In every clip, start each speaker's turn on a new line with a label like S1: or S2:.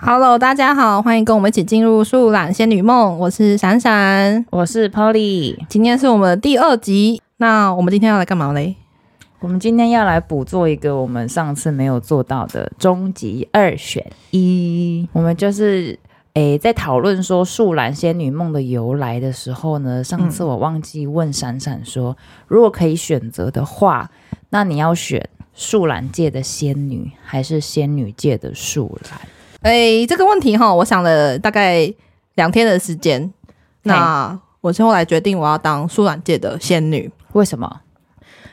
S1: Hello，大家好，欢迎跟我们一起进入《树懒仙女梦》，我是闪闪，
S2: 我是 Polly。
S1: 今天是我们的第二集。那我们今天要来干嘛嘞？
S2: 我们今天要来补做一个我们上次没有做到的终极二选一。我们就是诶，在讨论说树懒仙女梦的由来的时候呢，上次我忘记问闪闪说，如果可以选择的话，那你要选树懒界的仙女，还是仙女界的树懒？
S1: 哎，这个问题哈，我想了大概两天的时间。那我是后来决定我要当树懒界的仙女，
S2: 为什么？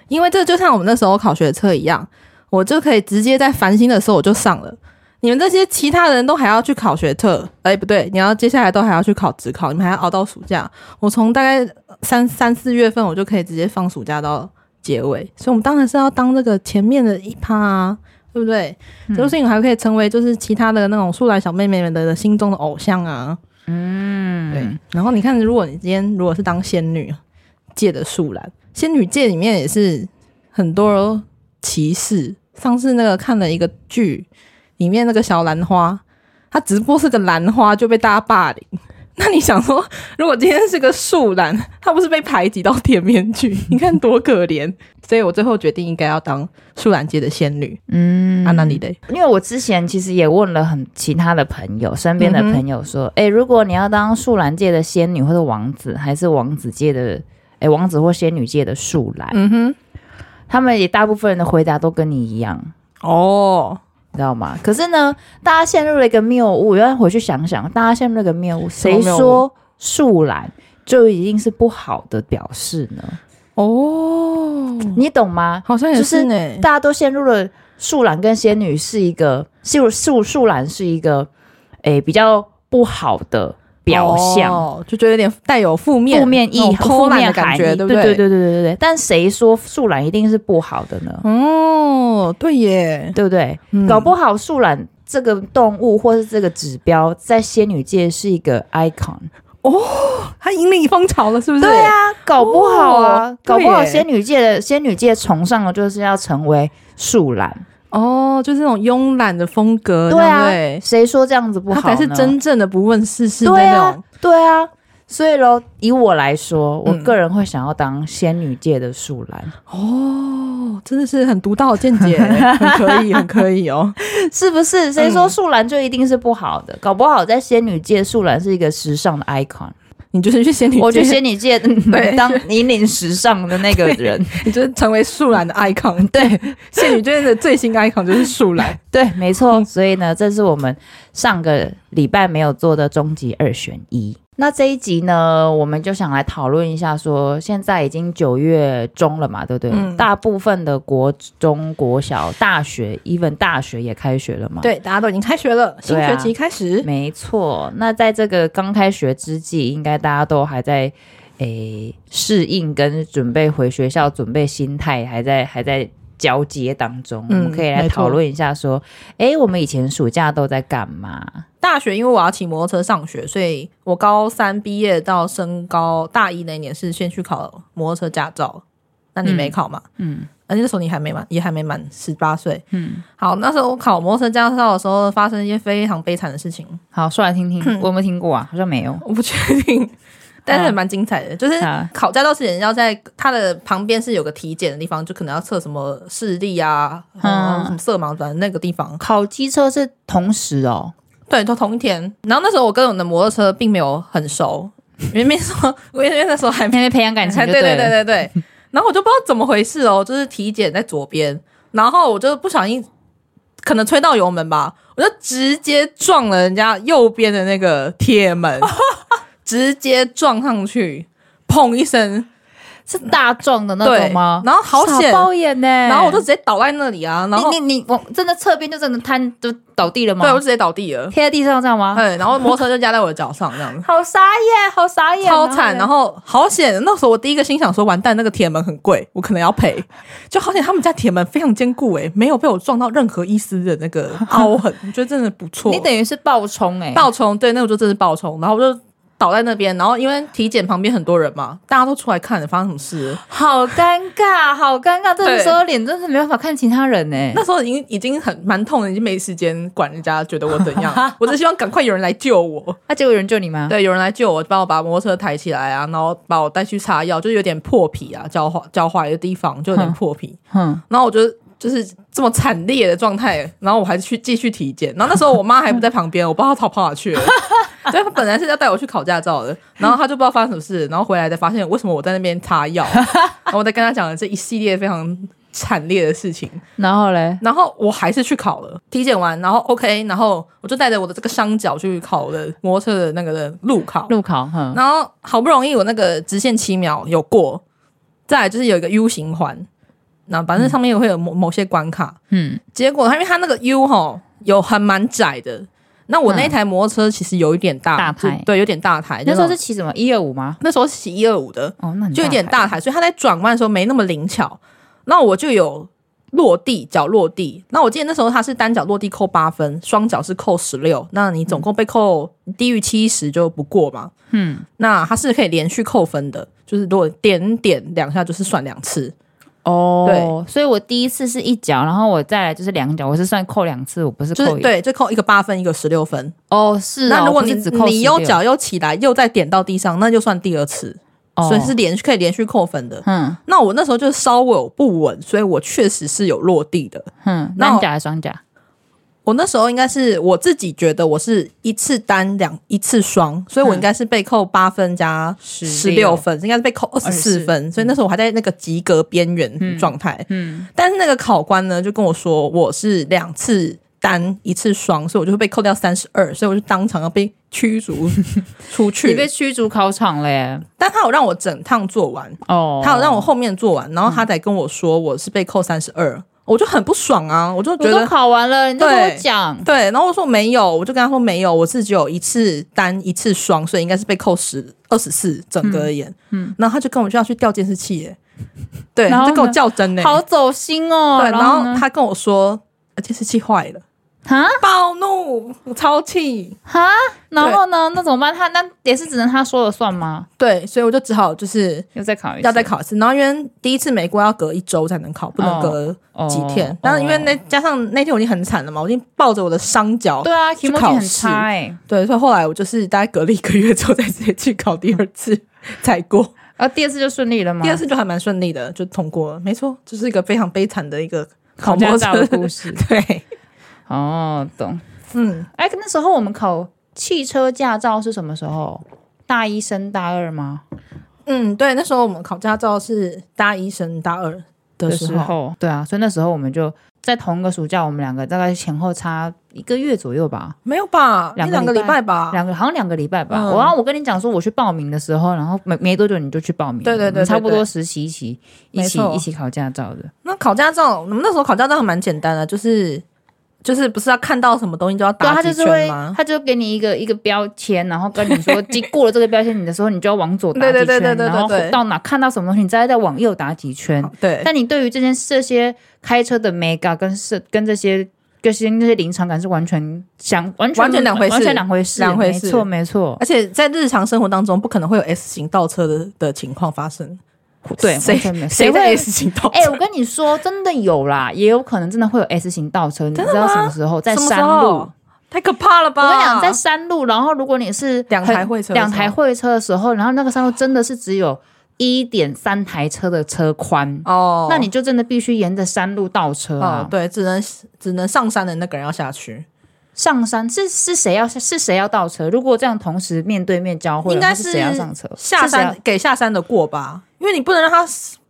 S1: 因为这就像我们那时候考学测一样，我就可以直接在繁星的时候我就上了。你们这些其他人都还要去考学测，哎、不对，你要接下来都还要去考职考，你们还要熬到暑假。我从大概三三四月份，我就可以直接放暑假到结尾，所以我们当然是要当那个前面的一趴、啊，对不对？这就是你还可以成为就是其他的那种素来小妹妹们的心中的偶像啊。嗯，对。然后你看，如果你今天如果是当仙女界的素兰，仙女界里面也是很多歧视。上次那个看了一个剧，里面那个小兰花，她直播是个兰花就被大家霸凌。 那你想说，如果今天是个树兰，她不是被排挤到天边 去？你看多可怜。所以我最后决定应该要当树兰界的仙女。嗯，啊，那你得
S2: 因为我之前其实也问了很其他的朋友，身边的
S1: 嗯
S2: 朋友说，哎、如果你要当树兰界的仙女或者王子，还是王子界的，哎、王子或仙女界的树兰，
S1: 嗯哼，
S2: 他们也大部分人的回答都跟你一样，
S1: 哦，
S2: 你知道吗？可是呢，大家陷入了一个谬误，要回去想想，大家陷入了一个谬误，
S1: 什么
S2: 谁
S1: 谬误
S2: 说树兰就一定是不好的表示呢？
S1: 哦，
S2: 你懂吗？
S1: 好像也
S2: 就是
S1: 是呢、
S2: 大家都陷入了树懒跟仙女是一个树树树懒是一个诶、比较不好的表象，
S1: 哦就觉得有点带有负面
S2: 负面
S1: 那
S2: 意
S1: 种偷
S2: 负
S1: 懒的
S2: 面
S1: 感
S2: 含义，
S1: 觉，
S2: 对
S1: 不对？
S2: 对对对对对。但谁说树懒一定是不好的呢？
S1: 哦，对耶，
S2: 对不对？
S1: 嗯
S2: 搞不好树懒这个动物或是这个指标在仙女界是一个 icon，
S1: 他引领风潮了，是不是？
S2: 对啊，搞不好啊，
S1: 哦
S2: 搞不好
S1: 对耶
S2: 仙女界的仙女界崇尚的就是要成为树懒，
S1: 哦，就是那种慵懒的风格，
S2: 对啊
S1: 对，
S2: 谁说这样子不
S1: 他
S2: 好呢？
S1: 才是真正的不问世事的
S2: 对
S1: 那
S2: 啊
S1: 种。，
S2: 对啊。所以喽，以我来说，我
S1: 嗯
S2: 个人会想要当仙女界的树懒，
S1: 哦，真的是很独到的见 解，很可以，很可以哦。
S2: 是不是？谁说树懒就一定是不好的？搞不好在仙女界，树懒是一个时尚的 icon。
S1: 你就是去仙女，
S2: 我觉得仙女界、
S1: 对
S2: 嗯、当引领时尚的那个人，
S1: 你就是成为树懒的 icon，对， 仙女界的最新 icon 就是树懒。
S2: 对，没错。所以呢，这是我们上个礼拜没有做的终极二选一。那这一集呢，我们就想来讨论一下说现在已经九月中了嘛，对不对？
S1: 嗯
S2: 大部分的国中国小、大学，even 大学也开学了嘛。，
S1: 对，大家都已经开学了，新
S2: 对啊
S1: 学期开始。
S2: 没错。那在这个刚开学之际，应该大家都还在诶适应跟准备回学校，准备心态还在还在交接当中。
S1: 嗯
S2: 我们可以来
S1: 没错
S2: 讨论一下说，诶，我们以前暑假都在干嘛？
S1: 大学因为我要骑摩托车上学，所以我高三毕业到升高大一那一年是先去考摩托车驾照。那你没考嘛？
S2: 嗯
S1: 而且那时候你还没满，也还没满十八岁。
S2: 嗯，
S1: 好，那时候我考摩托车驾照的时候，发生一些非常悲惨的事情，
S2: 好，说来听听，我有没有听过啊？好像没有。
S1: 我不确定， 但是蛮精彩的。就是
S2: 啊
S1: 考驾照之前要在它的旁边是有个体检的地方，就可能要测什么视力啊，嗯、
S2: 嗯
S1: 什么色盲转那个地方。
S2: 考机车是同时 哦，
S1: 对，都同一天。然后那时候我跟我的摩托车并没有很熟，明明说，我因为那时候还没
S2: 还没培养感情
S1: 哎
S2: 就
S1: 对
S2: 了。
S1: 对对对。 然后我就不知道怎么回事哦，就是体检在左边，然后我就不小心可能吹到油门吧，我就直接撞了人家右边的那个铁 门，直接撞上去，砰一声，
S2: 是大撞的那
S1: 对
S2: 种吗？
S1: 然后好险
S2: 傻包眼呢、
S1: 然后我就直接倒在那里啊，然后
S2: 你你你，我真的侧边就真的瘫就倒地了吗？
S1: 对我就直接倒地了，哎
S2: 贴在地上这样吗？
S1: 对，然后摩托车就压在我的脚上这样子。
S2: 好傻眼，好傻眼，
S1: 超惨，然
S2: 后
S1: 后好险！那时候我第一个心想说，完蛋，那个铁门很贵，我可能要赔。 就好险，他们家铁门非常坚固、诶，没有被我撞到任何一丝的那 个凹痕，我觉得真的不错。
S2: 你等于是爆冲哎、
S1: 爆冲，对，那我就真的是爆冲，然后我就倒在那边，然后因为体检旁边很多人嘛，大家都出来看发生什么事了。
S2: 好尴尬，好尴尬，这
S1: 对
S2: 个时候脸真是没办法看其他人 呢、欸
S1: 那时候已经已经很蛮痛的，已经没时间管人家觉得我怎 样，我只希望赶快有人来救我。
S2: 那结果有人救你吗？
S1: 对，有人来救我，帮我把摩托车抬起来啊，然后把我带去擦药，就是有点破皮啊，脚踝脚踝的地方就有点破皮。
S2: 哼，
S1: 然后我就就是这么惨烈的状态，然后我还去继续体检，然后那时候我妈还不在旁边，我不知道她逃跑哪去了。对，她本来是要带我去考驾照的，然后她就不知道发生什么事，然后回来才发现为什么我在那边擦药，然后我在跟她讲了这一系列非常惨烈的事情，
S2: 然后嘞，
S1: 然后我还是去考了，体检完，然后 OK，然后我就带着我的这个伤脚去考了摩托车的那个的路考，
S2: 路考，哼，
S1: 然后好不容易我那个直线七秒有过，再来就是有一个 U 型环，那反正上面也会有某某些关卡。
S2: 嗯，
S1: 结果它因为它那个 U 吼有很蛮窄的，那我那一台摩托车其实有一点大，
S2: 嗯大台
S1: 就对，有点大台。
S2: 那时候
S1: 种
S2: 是骑什么一二五吗？
S1: 那时候骑一二五的，
S2: 哦，那你
S1: 就有点
S2: 台
S1: 大台，所以它在转弯的时候没那么灵巧。那我就有落地脚落地，那我记得那时候它是单脚落地扣八分，双脚是扣十六，那你总共被扣低于七十就不过嘛。
S2: 嗯，
S1: 那它是可以连续扣分的，就是如果点点两下就是算两次。
S2: 哦，对，所以我第一次是一脚，然后我再来就是两脚，我是算扣两次，我不是
S1: 就
S2: 扣
S1: 是
S2: 一。
S1: 对，就扣一个八分，一个十六分。
S2: 哦，是哦，
S1: 那如果
S2: 我
S1: 你
S2: 不是只扣
S1: 你右
S2: 16，
S1: 脚又起来，又再点到地上，那就算第二次，
S2: 哦
S1: 所以是连续可以连续扣分的。
S2: 哼
S1: 那我那时候就稍微有不稳，所以我确实是有落地的。
S2: 哼，
S1: 那
S2: 单
S1: 我
S2: 脚还是双脚？
S1: 我那时候应该是我自己觉得我是一次单两一次双，所以我应该是被扣八分加十六
S2: 16
S1: 分，应该是被扣二十四
S2: 24
S1: 分，所以那时候我还在那个及格边缘状态。
S2: 嗯，
S1: 但是那个考官呢，就跟我说我是两次单一次双，所以我就会被扣掉三十二，所以我就当场要被驱逐出
S2: 你被
S1: 去。
S2: 驱逐考场嘞？
S1: 但他有让我整趟做完，
S2: 哦，
S1: 他有让我后面做完，然后他才跟我说我是被扣三十二，我就很不爽啊，我就
S2: 我
S1: 觉
S2: 都
S1: 得。
S2: 考完了，你都跟我
S1: 对
S2: 讲，
S1: 对，然后我说没有，我就跟他说没有，我是只有一次单一次双，所以应该是被扣十二十四整个而言。嗯，然后他就跟我就要去调监视器耶，对，
S2: 然后
S1: 他
S2: 呢
S1: 就跟我较真呢。
S2: 好走心哦。
S1: 对，然后
S2: 呢
S1: 他跟我说呃监视器坏了。
S2: 哈
S1: 暴怒，我超气。
S2: 哈，然后呢？那怎么办？他那也是只能他说了算吗？
S1: 对，所以我就只好就是
S2: 又再考一次，
S1: 要再考一次。然后因为第一次没过，要隔一周才能考，不能隔
S2: 哦
S1: 几天。但是因为那加上那天我已经很惨了嘛，我已经抱着我的伤脚。
S2: 对啊，题
S1: 去
S2: 目
S1: 考
S2: 很
S1: 试
S2: 差哎，
S1: 对，所以后来我就是大概隔了一个月之后，再直接去考第二次才过。
S2: 然后啊第二次就顺利了吗？
S1: 第二次就还蛮顺利的，就通过了。没错，就是一个非常悲惨的一个考
S2: 考驾
S1: 摩托
S2: 照的
S1: 车。
S2: 故事
S1: 对，
S2: 哦，懂。
S1: 嗯，
S2: 哎，那时候我们考汽车驾照是什么时候？大一升大二吗？
S1: 嗯，对，那时候我们考驾照是大一升大二的时候，
S2: 候，对啊，所以那时候我们就在同一个暑假，我们两个大概前后差一个月左右吧，
S1: 没有吧？一
S2: 两个
S1: 两个
S2: 礼
S1: 礼
S2: 拜
S1: 拜吧，
S2: 两个好像两个礼拜吧。
S1: 嗯
S2: 我、然后我跟你讲说，我去报名的时候，然后没没多久你就去报名了，
S1: 对对对
S2: 我们差不
S1: 对
S2: 多
S1: 对
S2: 实习一起一
S1: 没
S2: 起
S1: 错
S2: 一起考驾照的。
S1: 那考驾照，我们那时候考驾照还蛮简单的，就是就是不是要看到什么东西就要
S2: 对啊，
S1: 打
S2: 他
S1: 几
S2: 就是
S1: 圈
S2: 会
S1: 吗，？
S2: 他就给你一个一个标签，然后跟你 说，经过了这个标签你的时候，你就要往左打几圈，
S1: 对对对对对对
S2: 然后
S1: 对
S2: 到哪看到什么东西，你再再往右打几圈。
S1: 对，
S2: 但你对于这件这些开车的 mega 跟是跟这些跟些那些临场感是完全想完全
S1: 完全两回事
S2: 完全两回事，
S1: 两回事
S2: 没错没错，
S1: 而且在日常生活当中，不可能会有 S 型倒车的的情况发生。
S2: 对，
S1: 谁
S2: 完全没
S1: 谁
S2: 会
S1: 会 S 型倒车？
S2: 哎、我跟你说，真的有啦，也有可能真的会有 S 型倒车，你知道什么时候在
S1: 什么
S2: 山
S1: 时
S2: 路
S1: 候？太可怕了吧！
S2: 我跟你讲，在山路，然后如果你是
S1: 两
S2: 很
S1: 台会车的时候
S2: 两台会车的时候，然后那个山路真的是只有一点三台车的车宽，
S1: 哦，
S2: 那你就真的必须沿着山路倒车
S1: 哦
S2: 啊。，
S1: 对，只能只能上山的那个人要下去，
S2: 上山是是谁要是谁要倒车？如果这样同时面对面交汇，
S1: 应该
S2: 然后是谁要上车？
S1: 下
S2: 是谁要
S1: 山给下山的过吧，因为你不能让他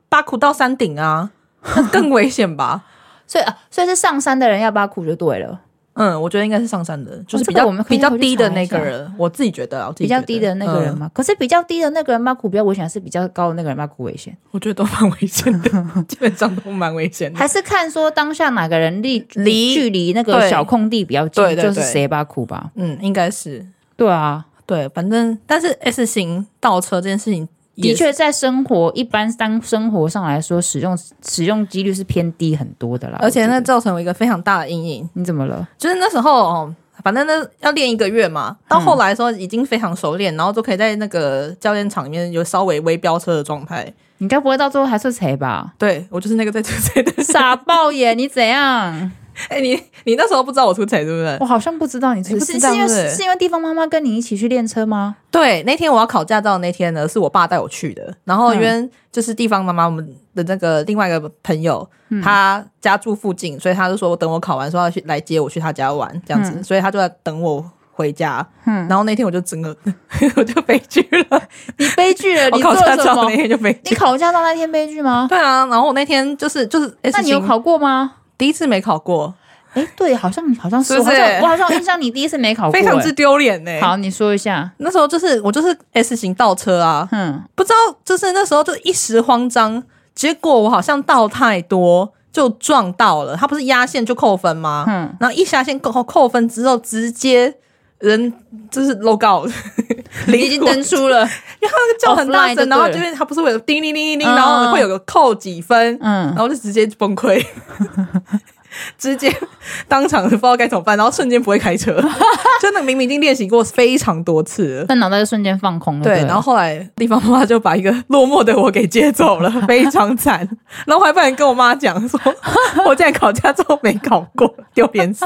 S1: 八苦到山顶啊，那更危险吧？
S2: 所以啊，所以是上山的人要把苦就对了，
S1: 嗯，我觉得应该是上山的，就是
S2: 哦这
S1: 比
S2: 个
S1: 较、
S2: 我们可以
S1: 比较
S2: 回去
S1: 低的
S2: 查一
S1: 那个
S2: 下
S1: 人，我自己觉得啊，我自己
S2: 比较
S1: 觉得
S2: 低的那个人
S1: 嗯
S2: 嘛。可是比较低的那个人把苦比较危险，还是比较高的那个人把苦危险？
S1: 我觉得都蛮危险 的，基本上都蛮危险的。
S2: 还是看说当下哪个人嗯离
S1: 离
S2: 距离那个
S1: 对
S2: 小空地比较近，
S1: 对对
S2: 就是
S1: 对
S2: 谁把苦吧？
S1: 嗯，应该是
S2: 对啊，
S1: 对，反正但是 S 型倒车这件事情也
S2: 的确在生活一般当生活上来说，使用使用几率是偏低很多的啦。
S1: 而且
S2: 我觉
S1: 那
S2: 得
S1: 造成我一个非常大的阴影，
S2: 你怎么了？
S1: 就是那时候哦，反正那要练一个月嘛。到后来的时候已经非常熟练，然后就可以在那个教练场里面有稍微微飙车的状态。？
S2: 你该不会到最后还是谁吧
S1: 对我就是那个在出差 的，
S2: 傻爆耶！你怎样？
S1: 哎、你你那时候不知道我出差对不对？
S2: 我好像不知道你是
S1: 你不
S2: 是
S1: 知
S2: 是
S1: 道
S2: 因为
S1: 对不对
S2: 是因为地方妈妈跟你一起去练车 吗？
S1: 对，那天我要考驾照的那天呢，是我爸带我去的。然后因为就是地方妈妈我们的那个另外一个朋友，他家住附近，所以他就说等我考完说要去来接我去他家玩这样子，所以他就在等我回家。
S2: 嗯
S1: 然后那天我就整个 我就悲剧 了，
S2: 你悲剧了，
S1: 我
S2: 你做
S1: 考
S2: 了
S1: 驾
S2: 什
S1: 照
S2: 么
S1: 那？天就悲
S2: 你
S1: 剧。
S2: 考驾照那天悲剧吗？
S1: 对啊，然后我那天就是就是，
S2: 那你有
S1: S 型
S2: 考过吗？
S1: 第一次没考过，
S2: 哎，对，好像好像是，
S1: 是不是
S2: 我好像我好像有印象你第一次没 考过，
S1: 非常之丢脸呢
S2: 哎。好，你说一下。
S1: 那时候就是我就是 S 型倒车啊，
S2: 嗯，
S1: 不知道，就是那时候就一时慌张，结果我好像倒太多，就撞到了。他不是压线就扣分吗？
S2: 嗯
S1: 然后一下线扣扣分之后，直接人就是 logo，
S2: 你已经登 出了，
S1: 叫很大
S2: Offline 就对
S1: 声，
S2: 了
S1: 然后就是他不是会有叮铃铃铃铃，
S2: 嗯
S1: 然后会有个扣几分，
S2: 嗯
S1: 然，后就直接崩溃。 直接当场不知道该怎么办，然后瞬间不会开车， 真的明明已经练习过非常多次了，
S2: 但脑袋就瞬间放空了。
S1: 对，
S2: 了
S1: 然后后来地方妈妈就把一个落寞的我给接走 了，非常惨。然后我还不敢跟我妈讲说，我竟然考驾照没考过，丢脸死。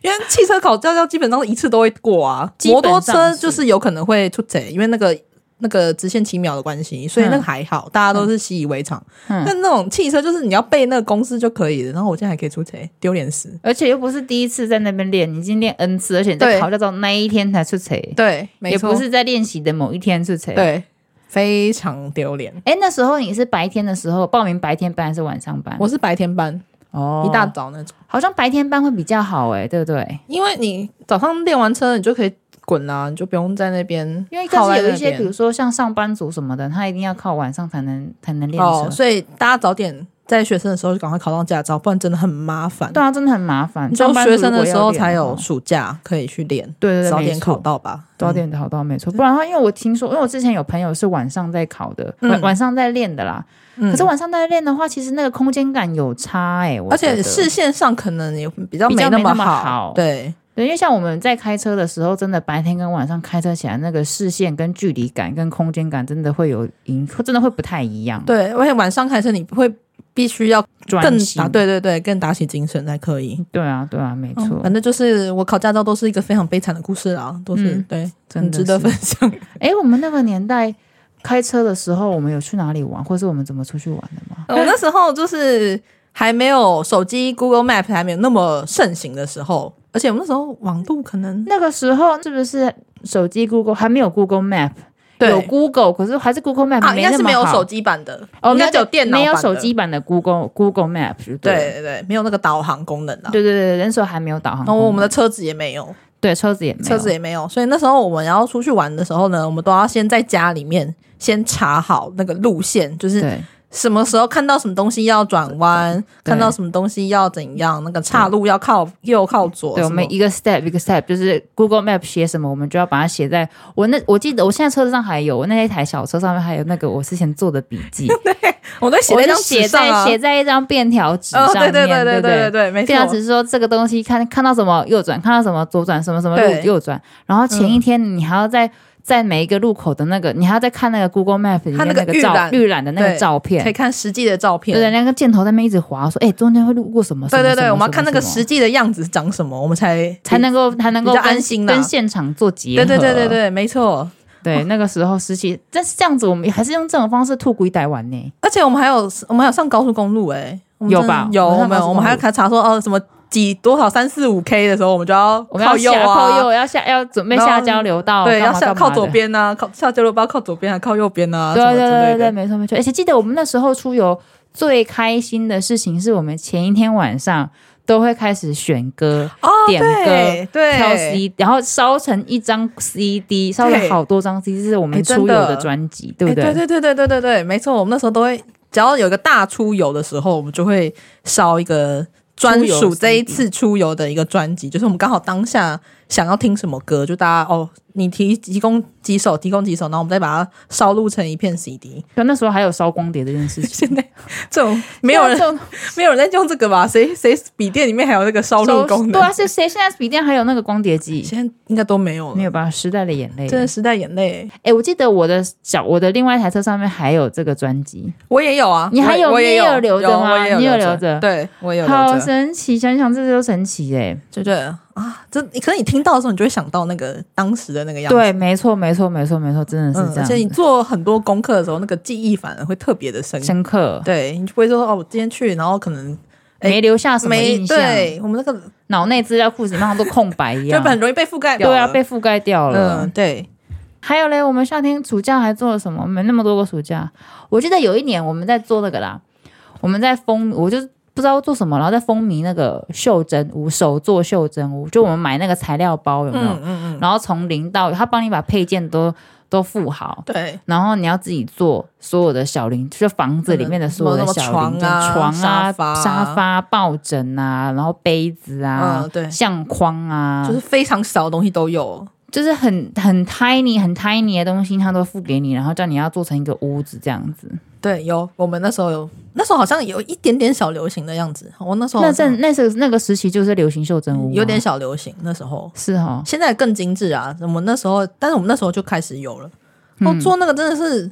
S1: 因为汽车考驾照基本上一次都会过啊，
S2: 基
S1: 摩
S2: 本上
S1: 托车
S2: 是
S1: 就是有可能会出贼，因为那个。那个直线七秒的关系，所以那个还好，大家都是习以为常。
S2: 嗯
S1: 但那种汽车就是你要背那个公式就可以了，然后我竟然还可以出贼，丢脸死。
S2: 而且又不是第一次在那边练，你已经练 N 次，而且你在
S1: 对
S2: 考驾照那一天才出车，
S1: 对，没
S2: 也
S1: 错，
S2: 不是在练习的某一天出车。，
S1: 对，非常丢脸。
S2: 哎，那时候你是白天的时候报名白天班还是晚上班？
S1: 我是白天班，
S2: 哦
S1: 一大早那种。
S2: 好像白天班会比较好哎，对不对？
S1: 因为你早上练完车，你就可以滚啦、你就不用在那边
S2: 因为但
S1: 靠在那边。
S2: 是有一些，比如说像上班族什么的，他一定要靠晚上才能才能练车。
S1: 哦，所以大家早点在学生的时候就赶快考上驾照，不然真的很麻烦。
S2: 对啊，真的很麻烦。
S1: 你只有
S2: 上班族
S1: 学生的时候才有
S2: 如果要练的话，
S1: 暑假可以去练，
S2: 对对对，
S1: 早点
S2: 没错
S1: 考，到吧。
S2: 早点考到没错。不然的话，因为我听说，因为我之前有朋友是晚上在考的，
S1: 嗯
S2: 晚晚上在练的啦。
S1: 嗯，
S2: 可是
S1: 嗯
S2: 晚上在练的话，其实那个空间感有差哎、我
S1: 而
S2: 觉
S1: 且
S2: 得
S1: 视线上可能也比较
S2: 比较
S1: 那
S2: 没那么好
S1: 对，
S2: 对，因为像我们在开车的时候，真的白天跟晚上开车起来，那个视线跟距离感跟空间感真的会有影，真的会不太一样。
S1: 对，而且晚上开车你会必须要更
S2: 专心
S1: 打，对对对，更打起精神才可以。
S2: 对啊，对啊，没错，
S1: 嗯反正就是我考驾照都是一个非常悲惨的故事啊，都是、
S2: 嗯
S1: 对，
S2: 真
S1: 很
S2: 的
S1: 值得
S2: 是
S1: 分享。
S2: 哎，我们那个年代开车的时候，我们有去哪里玩，或是我们怎么出去玩的吗？
S1: 呃我那时候就是还没有手机 Google Map 还没有那么盛行的时候，而且我们那时候网路可能
S2: 那个时候是不是手机 Google 还没有 Google Map？有 Google，可是还是 Google Map
S1: 啊，应
S2: 没
S1: 该
S2: 那么好。
S1: 是没有手机版的，
S2: 哦，
S1: 应该
S2: 那
S1: 只
S2: 个
S1: 有电脑
S2: 没
S1: 版
S2: 有
S1: 的
S2: 手。机版的 Google Google Map 就
S1: 对
S2: 了
S1: 对对，没有那个导航功能啊。
S2: 对对对对，那时候还没有导航
S1: 然后
S2: 功能。
S1: 我们的车子也没有，
S2: 对车子也没有
S1: 车子也没有，所以那时候我们要出去玩的时候呢，我们都要先在家里面先查好那个路线，就是
S2: 对
S1: 什么时候看到什么东西要转弯，
S2: 对
S1: 看到什么东西要怎样，那个岔路要靠右靠左什么。
S2: 对，我们一个 step 一个 step，就是 Google Map 写什么，我们就要把它写在我那。我记得我现在车子上还有，我那一台小车上面还有那个我之前做的笔 记，
S1: 我在写
S2: 我
S1: 在一
S2: 就
S1: 张
S2: 写
S1: 纸上
S2: 在
S1: 啊，
S2: 写在一张便条纸上
S1: 哦，
S2: 面，
S1: 对对对
S2: 对
S1: 对对对对，没
S2: 便条
S1: 错。
S2: 纸说这个东西看看到什么右转，看到什么左转，什么什么
S1: 对嗯
S2: 路右转，然后前一天你还要在。在每一个路口的那个，你还要再看那个 Google Map 里面
S1: 看
S2: 那
S1: 那个
S2: 个
S1: 预
S2: 照
S1: 览
S2: 预览的那个
S1: 对
S2: 照片
S1: 可以，看实际的照片。
S2: 对对，那个箭头在那边一直滑，说哎、中间会路过什么？
S1: 对
S2: 什么
S1: 对对
S2: 什么
S1: 我们要
S2: 什么
S1: 看那个
S2: 什么
S1: 实际的样子长什么，我们才
S2: 才。能够才能够
S1: 比较
S2: 跟
S1: 安心啦
S2: 跟现场做结合。
S1: 对对对对对，没错。
S2: 对那个时候时期，但是这样子我们还是用这种方式吐鬼逮玩呢。
S1: 而且我们还有我们还有上高速公路哎、我们
S2: 有
S1: 真的
S2: 吧
S1: 有
S2: 我
S1: 我
S2: 们上高速
S1: 们
S2: 公路
S1: 我们还要查说哦什么几多少三四五 K 的时候，我们就要
S2: 我们要
S1: 靠右
S2: 下
S1: 啊，
S2: 靠右，要下要准备
S1: 然后
S2: 下交流道，
S1: 对，
S2: 干
S1: 要
S2: 嘛
S1: 下
S2: 干嘛
S1: 靠
S2: 的
S1: 左边啊，靠下交流道靠左边还、啊、靠右边啊，
S2: 对
S1: 什么
S2: 对
S1: 之
S2: 对
S1: 类
S2: 对，
S1: 的。
S2: 没错没错。而且记得我们那时候出游最开心的事情，是我们前一天晚上都会开始选歌、
S1: 哦，
S2: 点歌、
S1: 对对，
S2: 挑 CD，然后烧成一张 CD，烧了
S1: 对
S2: 好多张 CD，这是我们
S1: 哎真
S2: 出游
S1: 的
S2: 的专辑，对
S1: 哎
S2: 不对？
S1: 对对对对对对，没错，我们那时候都会，只要有一个大出游的时候，我们就会烧一个专
S2: 出游
S1: 属
S2: CD
S1: 这一次出游的一个专辑，就是我们刚好当下想要听什么歌，就大家哦，你提提供几首，提供几首，然后我们再把它烧录成一片 CD。
S2: 可那时候还有烧光碟这件事情，
S1: 现在这 种没有人
S2: 啊这种
S1: 没有人在用这个吧？谁谁笔电里面还有那个烧录功能？
S2: 对啊，是谁现在笔电还有那个光碟机？
S1: 现在应该都没有了。
S2: 没有吧？时代的眼泪。
S1: 真的时代眼泪、
S2: 哎、我记得我的小我的另外一台车上面还有这个专辑，
S1: 我也有啊，
S2: 你还有
S1: 我我也
S2: 你也
S1: 有
S2: 有留着吗
S1: 我也有
S2: 你有
S1: 留
S2: 留着
S1: 对我也有
S2: 好
S1: 留着，
S2: 神奇！想想这都神奇哎、
S1: 就觉得啊，这可是你听到的时候，你就会想到那个当时的那个样子，
S2: 对，没错，没错，没错，没错，真的是
S1: 嗯，
S2: 这
S1: 而
S2: 样
S1: 且
S2: 子、
S1: 你做很多功课的时候，那个记忆反而会特别的深，
S2: 深刻，
S1: 对你就不会说哦，我今天去，然后可能哎
S2: 没留下什么
S1: 没
S2: 印象，
S1: 对我们那个
S2: 脑内资料库里面好像都空白一
S1: 就
S2: 样，
S1: 很容易被覆盖掉了，
S2: 对啊，被覆盖掉了。
S1: 嗯对，
S2: 还有嘞，我们夏天暑假还做了什么？我们那么多个暑假，我记得有一年我们在做那个啦，我们在风，我就不知道做什么，然后在风靡那个袖珍屋，手做袖珍屋，就我们买那个材料包有没有？
S1: 嗯嗯嗯，
S2: 然后从零到他帮你把配件都都附好。
S1: 对，
S2: 然后你要自己做所有的小零，就房子里面的所有的小零件，
S1: 什么什么床啊
S2: 床啊、
S1: 沙发啊
S2: 沙发、抱枕啊，然后杯子啊、
S1: 嗯对
S2: 相框啊，
S1: 就是非常少的东西都有，
S2: 就是很很 tiny 很 tiny 的东西，他都付给你，然后叫你要做成一个屋子这样子。
S1: 对，有我们那时候有，那时候好像有一点点小流行的样子，我那时候
S2: 那
S1: 好像
S2: 阵那时那个时期就是流行袖珍屋吗，
S1: 有点小流行，那时候。
S2: 是哦，
S1: 现在更精致啊！我们那时候，但是我们那时候就开始有了。我、
S2: 嗯
S1: 做那个真的是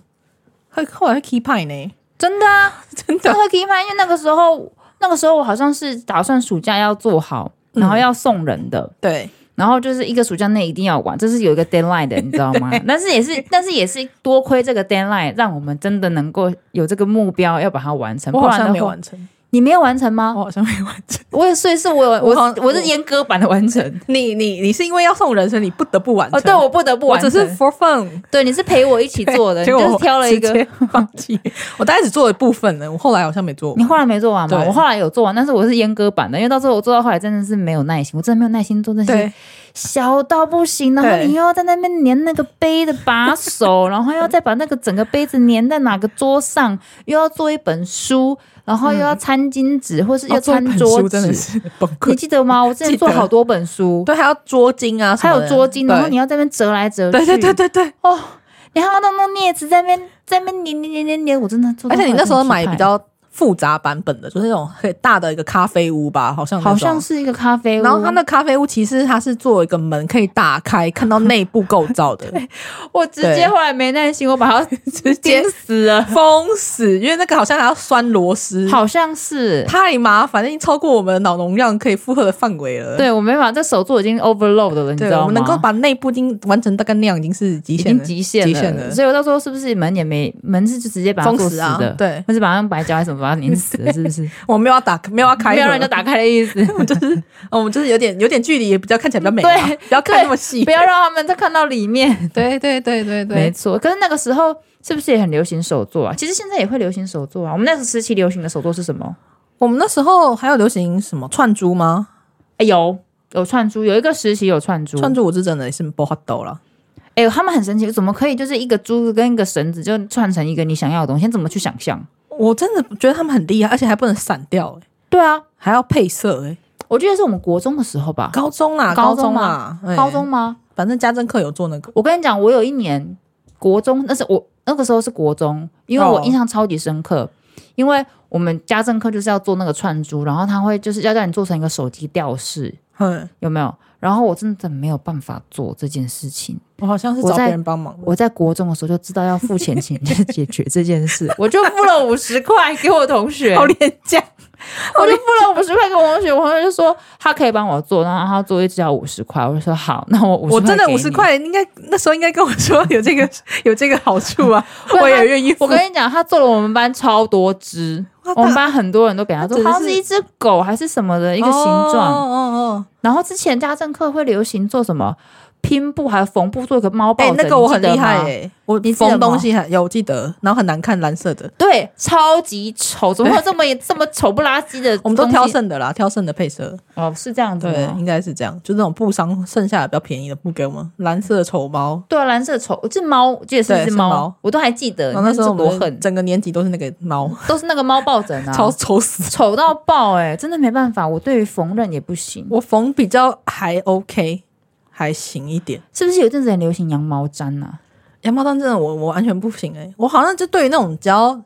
S1: 会后来会 keep 派呢，
S2: 真的啊，
S1: 真
S2: 那
S1: 的。
S2: 个可以买，因为那个时候那个时候我好像是打算暑假要做好，
S1: 嗯
S2: 然后要送人的。
S1: 对，
S2: 然后就是一个暑假内一定要完，这是有一个 deadline 的，你 知道吗？但是也是，但是也是多亏这个 deadline，让我们真的能够有这个目标要把它完成。
S1: 我
S2: 不
S1: 好
S2: 然的
S1: 像
S2: 话，
S1: 没完成，
S2: 你没有完成吗
S1: 我？好像没完成。
S2: 我也所以是我有
S1: 我好
S2: 我
S1: 像
S2: 我是阉割版的完成。
S1: 你你你是因为要送人生，你不得不完成。
S2: 哦，对，我不得不
S1: 我
S2: 完
S1: 只
S2: 成，
S1: 是 for fun
S2: 对，你是陪我一起做的，你
S1: 结果
S2: 就是
S1: 我
S2: 挑了一
S1: 直
S2: 个。
S1: 接 放弃。我大概只做了一部分呢，我后来好像没做
S2: 你。后来没做完吗？
S1: 对
S2: 我后来有做完，但是我是阉割版的，因为到最后我做到后来真的是没有耐心，我真的没有耐心做那些
S1: 对，
S2: 小到不行，然后
S1: 对
S2: 你又要在那边粘那个杯的把手，然后又要再把那个整个杯子粘在哪个桌上，又要做一本书，然后又要餐巾纸、或是
S1: 哦
S2: 要
S1: 做一
S2: 餐
S1: 本
S2: 桌
S1: 书
S2: 纸，
S1: 真的是 崩
S2: 你
S1: 溃。
S2: 记得吗？我之前
S1: 记
S2: 做
S1: 得
S2: 好多本书，
S1: 对，还要捉襟啊什
S2: 还
S1: 么的，
S2: 有桌巾，然后
S1: 对
S2: 你要在那边折来折去，
S1: 对对对对对，
S2: 哦，你还要弄弄镊子在那边在那边粘粘粘粘粘，我真的做到
S1: 而
S2: 后
S1: 且
S2: 来
S1: 你
S2: 真
S1: 那
S2: 的气坏了。
S1: 时候买比较复杂版本的，就是那种很大的一个咖啡屋吧，好像那
S2: 好
S1: 种
S2: 像是一个咖啡屋，
S1: 然后它那咖啡屋其实它是做一个门可以打开，看到内部构造 的，
S2: 我直
S1: 对
S2: 接后来没耐心，我把它直
S1: 接
S2: 死了，
S1: 封死，因为那个好像还要拴螺丝，
S2: 好像是。
S1: 太麻烦，已经超过我们脑容量可以负荷的范围了。
S2: 对，我没办法，这手做已经 overload 了，你知
S1: 对，
S2: 道吗？
S1: 我们能够把内部已经完成大概那样，已经是极
S2: 已
S1: 限
S2: 经
S1: 了，
S2: 极限
S1: 极限了
S2: 所以我到时候是不是门也没门是就直接把它
S1: 封
S2: 做
S1: 死
S2: 死
S1: 啊
S2: 的？，
S1: 对，
S2: 或是把它用白胶还是什么把它粘 死了？是不是？
S1: 我没有要打，没有要开，
S2: 没有让人家，打开的 意思，
S1: 我们就是有点有点距离，也比较看起来比较美啊，
S2: 对
S1: 不要看那么细
S2: 不。要让他们再看到里面。
S1: 对对对对
S2: 没，错，可是那个时候是不是也很流行手作啊？其实现在也会流行手作啊。我们那个时期流行的手作是什么？
S1: 我们那时候还有流行什么串珠吗？
S2: 哎、有有串珠，有一个时期有串珠，
S1: 串珠我是真的是不好抖了。
S2: 哎、他们很神奇，怎么可以就是一个珠子跟一个绳子就串成一个你想要的东西？怎么去想象？
S1: 我真的觉得他们很厉害，而且还不能散掉、欸，
S2: 对啊，
S1: 还要配色、欸，
S2: 我记得是我们国中的时候吧，
S1: 高中啊，
S2: 高中
S1: 中啊
S2: 嘛，
S1: 哎
S2: 高，中吗？
S1: 反正家政课有做那个，
S2: 我跟你讲，我有一年国中，那是我那个时候是国中，因为
S1: 哦
S2: 我印象超级深刻，因为我们家政课就是要做那个串珠，然后他会就是要让你做成一个手机吊饰，
S1: 嗯，
S2: 有没有？然后我真的没有办法做这件事情，
S1: 我好像是
S2: 我
S1: 找
S2: 在
S1: 别人帮忙的，
S2: 我在国中的时候就知道要付钱请人家解决这件事， 我就付了五十块给我 同学，
S1: 好廉价，
S2: 我就付了五十块给我同学，我同学就说他可以帮我做，然后他作业只要五十块，我就说好，那我五十，
S1: 我真的五十，块，应该那时候应该跟我说有这个 有这个好处啊，
S2: 不然
S1: 我
S2: 他
S1: 也愿意付
S2: 我。跟你讲，他做了我们班超多只，
S1: 哇
S2: 我们
S1: 大
S2: 班很多人都给他做，
S1: 他只是
S2: 好像是一只狗还是什么的一个形状。
S1: 哦哦哦，
S2: 然后之前家政课会流行做什么拼布还有缝布，做一个猫抱
S1: 哎、
S2: 枕，
S1: 那个我很
S2: 你记
S1: 厉
S2: 得吗
S1: 害哎、欸，我
S2: 你记得吗
S1: 缝东西还有我记得，然后很难看蓝色的，
S2: 对，超级丑，怎么 会有这么这么丑不拉几的东西？
S1: 我们都挑剩的啦，挑剩的配色，
S2: 哦，是这样子
S1: 对，
S2: 吗？
S1: 应该是这样，就那种布商剩下的比较便宜的布给我们，蓝色的丑猫，
S2: 对啊，蓝色丑，这猫，这也是
S1: 对
S2: 一只
S1: 是
S2: 猫
S1: 猫，
S2: 我都还记得。
S1: 然后那时候
S2: 你看这
S1: 我
S2: 多
S1: 们
S2: 狠，
S1: 整个年级都是那个猫，
S2: 都是那个猫抱枕 啊，
S1: 超丑死。
S2: 丑到爆哎、真的没办法，我对于缝纫也不行。
S1: 我缝比较还 OK，还行一点。
S2: 是不是有一阵子很流行羊毛毡啊？
S1: 羊毛毡真的我我完全不行哎、我好像就对于那种只要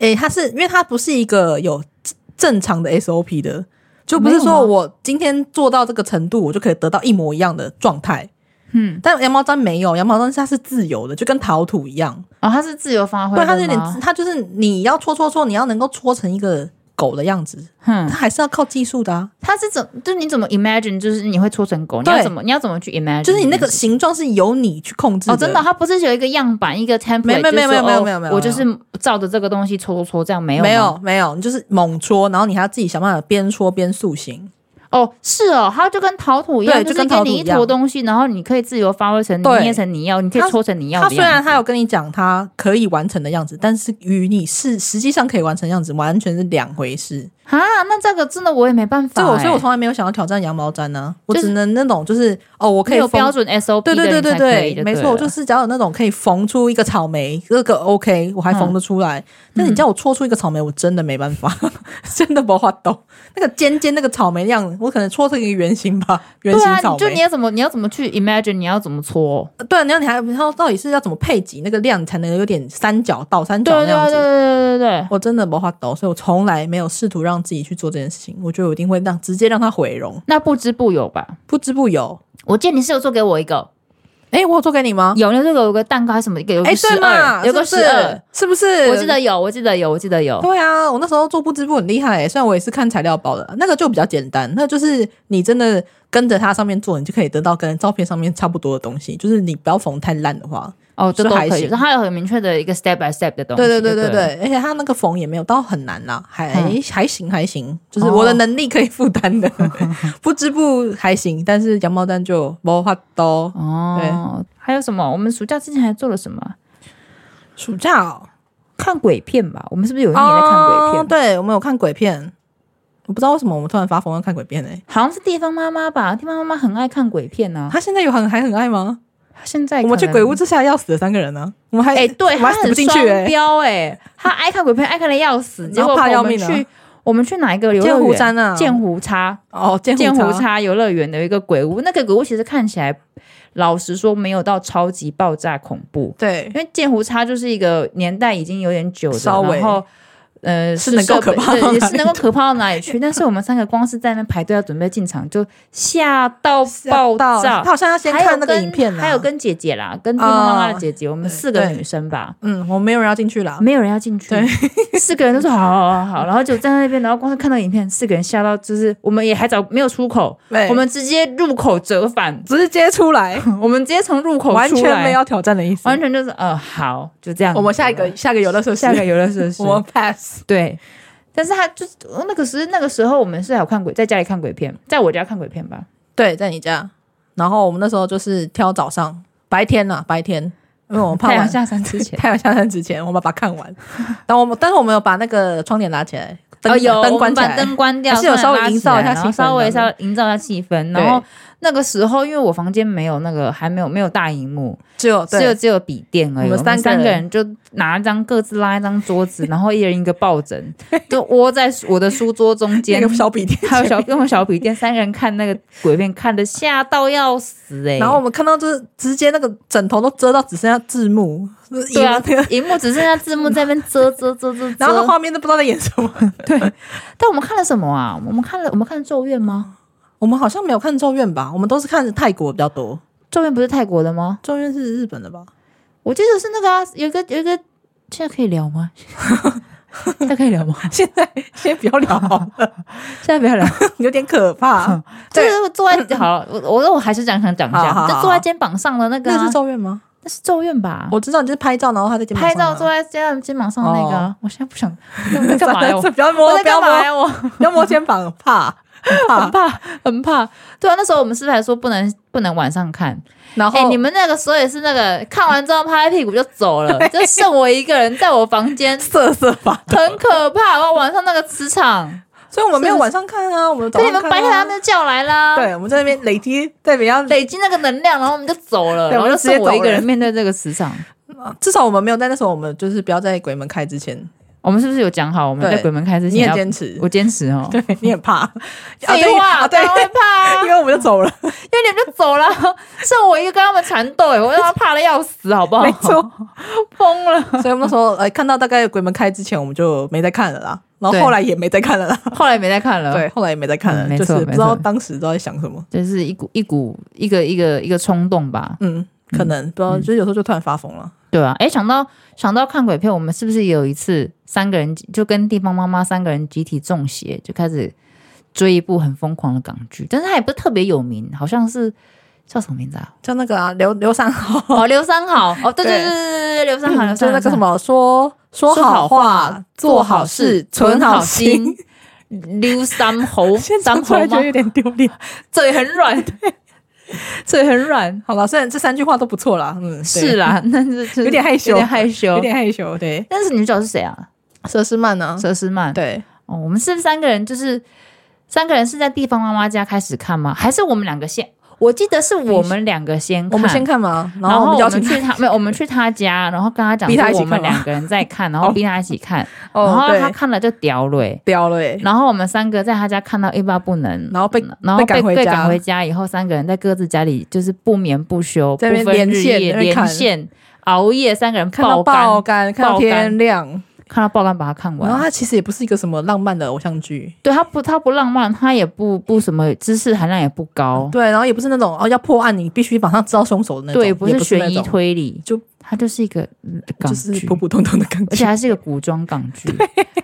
S1: 哎、它是因为它不是一个有正正常的 SOP 的，就不是
S2: 没有吗啊
S1: 说我今天做到这个程度，我就可以得到一模一样的状态。
S2: 嗯，
S1: 但羊毛毡没有，羊毛毡它是自由的，就跟陶土一样。
S2: 哦，它是自由发挥的
S1: 对，
S2: 吗，
S1: 它是有点自，它就是你要搓搓搓，你要能够搓成一个狗的样子，它
S2: 哼，
S1: 还是要靠技术的啊。
S2: 它是怎就是你怎么 imagine，就是你会搓成狗，你
S1: 对
S2: 要怎么你要怎么去 imagine，
S1: 就是你那个形状是由你去控制
S2: 哦，真的，它不是有一个样板一个 template，
S1: 没没
S2: 就是说
S1: 没有没有
S2: 哦
S1: 没有没有
S2: 我就是照着这个东西搓搓搓，这样没有
S1: 没
S2: 吗
S1: 有没有，你就是猛戳，然后你还要自己想办法边戳边塑形。
S2: 哦，是哦，它就跟陶土一样，
S1: 对
S2: 就
S1: 就跟
S2: 是
S1: 陶
S2: 给
S1: 土
S2: 你一
S1: 一样
S2: 坨东西，然后你可以自由发挥成你
S1: 对
S2: 捏成你要，你可以
S1: 它
S2: 搓成你要
S1: 他
S2: 的
S1: 虽
S2: 样
S1: 然
S2: 子。
S1: 他有跟你讲他可以完成的样子，但是与你是实际上可以完成的样子完全是两回事。
S2: 啊，那这个真的我也没办法、
S1: 所
S2: 欸，
S1: 以我所以我从来没有想要挑战羊毛毡呢、我
S2: 就是
S1: 只能那种就是哦，我可
S2: 没
S1: 以
S2: 有
S1: 缝
S2: 标。准 SOP，
S1: 对对
S2: 的
S1: 对
S2: 人
S1: 对
S2: 才可以
S1: 对，
S2: 就
S1: 没
S2: 对啊
S1: 错，我
S2: 了
S1: 就是只要有那种可以缝出一个草莓，这个 OK，我还缝
S2: 嗯
S1: 得出来。但你叫我搓出一个草莓，我真的没办法， 真的不画抖。那个尖尖那个草莓样，我可能搓成一个圆形吧，圆
S2: 对
S1: 形
S2: 啊，
S1: 草
S2: 你就你
S1: 莓。
S2: 要怎么你要怎么去 imagine，你要怎么搓？
S1: 对啊，然后你还然后到底是要怎么配几那个量，才能有点三角倒三角那
S2: 对对
S1: 样
S2: 对啊
S1: 子
S2: 对？对对对，
S1: 我真的没法抖，所以我从来没有试图让自己去做这件事情。我觉得我一定会让直接让它毁容，
S2: 那不知不有吧？
S1: 不知不有。
S2: 我记得你是有做给我一个，
S1: 哎、我有做给你吗？
S2: 有那个有个蛋糕还是什么，一个有
S1: 哎、
S2: 个十
S1: 对嘛，
S2: 二，有个
S1: 是
S2: 十
S1: 不
S2: 二
S1: 是，，是不是？
S2: 我记。得有，我记得有，我记得有。
S1: 对啊，我那时候做不知不很厉害、欸，虽然我也是看材料包的，那个就比较简单，那就是你真的跟着它上面做，你就可以得到跟照片上面差不多的东西，就是你不要缝太烂的话。
S2: 哦，这
S1: 是
S2: 都
S1: 还
S2: 可以，
S1: 行
S2: 它有很明确的一个 step by step 的东西。
S1: 对对对对
S2: 对了，
S1: 对，而且它那个缝也没有到很难啦，还、
S2: 嗯哦
S1: 还行还行，就是我的能力可以负担 的，不织布还行，但是羊毛毡就没法多。
S2: 哦，还有什么？我们暑假之前还做了什么？
S1: 暑假哦，
S2: 看鬼片吧，我们是不是有一年在看鬼片？
S1: 哦对，我们有看鬼片，我不知道为什么我们突然发疯要看鬼片诶、欸
S2: 好像是地方妈妈吧，地方妈妈很爱看鬼片啊。
S1: 他现在有很还很爱吗？
S2: 她现在
S1: 我们去
S2: 可能
S1: 鬼屋，之下要死的三个人呢、我们还
S2: 哎、对，
S1: 我们
S2: 她
S1: 还死
S2: 很
S1: 不进去
S2: 双
S1: 诶、
S2: 标哎，她爱看鬼片，爱看的要死，结
S1: 然后
S2: 果
S1: 怕要
S2: 我们
S1: 命啊
S2: 去我们去哪一个游乐
S1: 剑
S2: 园？
S1: 湖山啊
S2: 剑湖叉，
S1: 哦，剑
S2: 剑湖
S1: 湖
S2: 叉游乐园的一个鬼屋，那个鬼屋其实看起来，老实说没有到超级爆炸恐怖，
S1: 对
S2: 因，为剑湖叉就是一个年代已经有点久的，
S1: 稍微
S2: 然后呃
S1: 是能够可
S2: 设备
S1: 怕到
S2: 对也
S1: 哪
S2: 是能够可怕到哪里去。但是我们三个光是在那排队要准备进场，就吓到爆
S1: 到
S2: 炸
S1: 他。好像要先
S2: 还有
S1: 看那个
S2: 跟
S1: 影片、啊，哦
S2: 还有跟姐姐啦，跟地方妈妈的姐姐，我们四个
S1: 对
S2: 女生吧，
S1: 嗯，我们没有人要进去啦。
S2: 没有人要进去，
S1: 对
S2: 四个人都说好好好好，然后就站在那边，然后光是看到影片，四个人吓到，就是我们也还找没有出口，
S1: 对
S2: 我们直接入口 折返，
S1: 直接出 来，
S2: 我们直接从入口
S1: 完
S2: 出
S1: 全
S2: 来
S1: 没有挑战的意思。
S2: 完全就是呃好，就这样。
S1: 我们下一个下一个游乐设施，
S2: 下个游乐设施，
S1: 我们 pass。
S2: 对。但是他就是呃那个时那个时候，我们是有看鬼，在家里看鬼片，在我家看鬼片吧。
S1: 对，在你家。然后我们那时候就是挑早上白天呐、啊白天，因为我们怕
S2: 太阳
S1: 晚
S2: 下山之 前，
S1: 太阳下山之前，我们把它看完。但我们但是我们有把那个窗帘拉起来，灯、
S2: 哦有
S1: 灯
S2: 我们
S1: 关起
S2: 把
S1: 来，
S2: 灯关掉，
S1: 还是有稍微营造一下
S2: 然后
S1: 气氛
S2: 稍微
S1: 这
S2: 稍
S1: 样
S2: 微营造一下气氛。然后那个时候，因为我房间没有那个还没有没有大荧幕，
S1: 只有
S2: 只有
S1: 对
S2: 只有笔电而已。
S1: 我们
S2: 我们
S1: 三
S2: 三
S1: 个
S2: 个
S1: 人
S2: 人就拿一张各自拉一张桌子， 然后一人一个抱枕，就窝在我的书桌中
S1: 那
S2: 间
S1: 个。小笔电，
S2: 还有小用小笔电，三个人看那个鬼片，看的吓到要死哎、
S1: 然后我们看到就是直接那个枕头都遮到只剩下字幕，
S2: 对啊
S1: 荧幕
S2: 荧幕只剩下字幕在那边遮遮遮遮遮。
S1: 然后那画面都不知道在演什么。
S2: 但我们看了什么啊？我们看了我们看了《咒怨》吗？
S1: 我们好像没有看《咒怨》吧？我们都是看泰国比较多，
S2: 《咒怨》不是泰国的吗？
S1: 《咒怨》是日本的吧？
S2: 我记得是那个啊，有一个有一个，现在可以聊 吗？现在可以聊吗？
S1: 现在先不要聊好了，
S2: 现在不要聊，
S1: 有点可怕。
S2: 就是坐在好，我我我还是讲想讲一
S1: 好好
S2: 下，
S1: 好
S2: 就坐在肩膀上的那个啊，
S1: 那是咒怨吗？
S2: 那是咒怨吧？
S1: 我知道，你就是拍照，然后他在肩膀
S2: 拍
S1: 上啊哦
S2: 照坐在肩肩膀上的那个啊，我现在不想，我在干 嘛呀？我
S1: 不要
S2: 我
S1: 摸，
S2: 在
S1: 不
S2: 干
S1: 要
S2: 嘛
S1: 摸，
S2: 呀？我
S1: 不要摸肩膀，怕很 怕
S2: 很。怕，很怕。对啊，那时候我们是不是还说不能不能晚上看？
S1: 然
S2: 哎、
S1: 后
S2: 你们那个时候也是那个看完之后拍拍屁股就走 了，就剩我一个人在我房间，
S1: 瑟瑟发抖，
S2: 很可怕。我晚上那个磁场，
S1: 所以我们没有
S2: 是
S1: 晚上看啊，我们早
S2: 被你
S1: 上看
S2: 们白天他
S1: 啊。
S2: 们就叫来啦，
S1: 对，我们在那边累积，代表要
S2: 累积那个能量，然后我们就走了，
S1: 对
S2: 然
S1: 我
S2: 后
S1: 们
S2: 就
S1: 就直接
S2: 剩我一
S1: 走
S2: 个
S1: 人
S2: 人面对这个磁场。
S1: 至少我们没有在那时候，我们就是不要在鬼门开之前
S2: 我们是不是有讲好？我们在
S1: 对
S2: 鬼门开之
S1: 你很
S2: 前要，
S1: 坚持，
S2: 我坚持哦。
S1: 对你很怕， 啊
S2: 废
S1: 对
S2: 话，
S1: 啊
S2: 当然会
S1: 对，
S2: 怕啊，
S1: 因为我们就走了，
S2: 因为你们就 走了，剩我一个跟他们缠斗，欸我让他怕的要死，好不好？
S1: 没错。
S2: 疯了。
S1: 所以我们那时候呃看到大概鬼门开之前，我们就没再看了啦，然后
S2: 对
S1: 后来也没再看了啦，
S2: 后来没再看了，
S1: 对，，后来也没再看
S2: 嗯
S1: 了，
S2: 没
S1: 就
S2: 错
S1: 是不知
S2: 没
S1: 道
S2: 错
S1: 当时都在想什么，
S2: 就是一股一股一个一个一个冲动吧，
S1: 嗯，可能不知道，就是有时候就突然发疯了，
S2: 对吧、啊？哎，想到想到看鬼片，我们是不是也有一次三个人就跟地方妈妈三个人集体中邪，就开始追一部很疯狂的港剧，但是它也不是特别有名，好像是叫什么名字啊？
S1: 像那个啊刘刘三好，
S2: 哦，刘三好，哦，对对
S1: 对
S2: 对对对，刘 三好，刘
S1: 就嗯
S2: 三
S1: 是
S2: 好
S1: 那个什。么说说
S2: 说好
S1: 好
S2: 话
S1: 话，，
S2: 做
S1: 做
S2: 好
S1: 好
S2: 事
S1: 事，，
S2: 存
S1: 存
S2: 好
S1: 好
S2: 心
S1: 心。，
S2: 溜三猴，
S1: 现在
S2: 三
S1: 讲出
S2: 猴
S1: 来觉
S2: 吗
S1: 得？有点丢脸。
S2: 嘴很软，嘴很软，
S1: 好了，虽然这三句话都不错啦，嗯，对
S2: 是，啦，但是就是
S1: 有点害羞
S2: 有点害羞
S1: 有。点害羞。对，
S2: 但是女主角是谁啊？
S1: 佘诗曼呢？
S2: 佘诗曼。
S1: 对，
S2: 哦，我们是三个人，就是三个人是在地方妈妈家开始看吗？还是我们两个先？我记得是我们两个先看，
S1: 我们先看嘛，然
S2: 然后
S1: 后我们邀请
S2: 去他，没有，我们去他家，然后跟他讲
S1: 逼他一
S2: 说
S1: 起
S2: 我
S1: 看吗
S2: 们两个人在看，然后逼他一起看，
S1: 哦
S2: 然后
S1: 对
S2: 他看了就屌了欸、
S1: 雕了哎，
S2: 然后我们三个在他家看到欲罢不能，
S1: 然后被
S2: 然后
S1: 被赶
S2: 被
S1: 回
S2: 被
S1: 家
S2: 赶回家以后，三个人在各自家里就是不眠不休，不
S1: 在那边
S2: 分日
S1: 连线
S2: 夜
S1: 在那边
S2: 连
S1: 看
S2: 线熬夜，三个人
S1: 看到
S2: 爆
S1: 爆肝，
S2: 肝，
S1: 看到
S2: 爆肝
S1: 天亮，
S2: 看到爆肝把它看
S1: 然后
S2: 完。
S1: 它其实也不是一个什么浪漫的偶像剧，
S2: 对他不，他不浪漫，他也不不什么知识含量也不高，
S1: 对，然后也不是那种哦要破案你必须马上知道凶手的那种，
S2: 对，
S1: 也
S2: 不
S1: 不
S2: 是
S1: 那
S2: 悬疑
S1: 种，
S2: 推理，
S1: 就
S2: 他就是一个嗯港
S1: 就是
S2: 剧
S1: 普，普通通的感
S2: 而且
S1: 觉。
S2: 还是一个古装港 剧，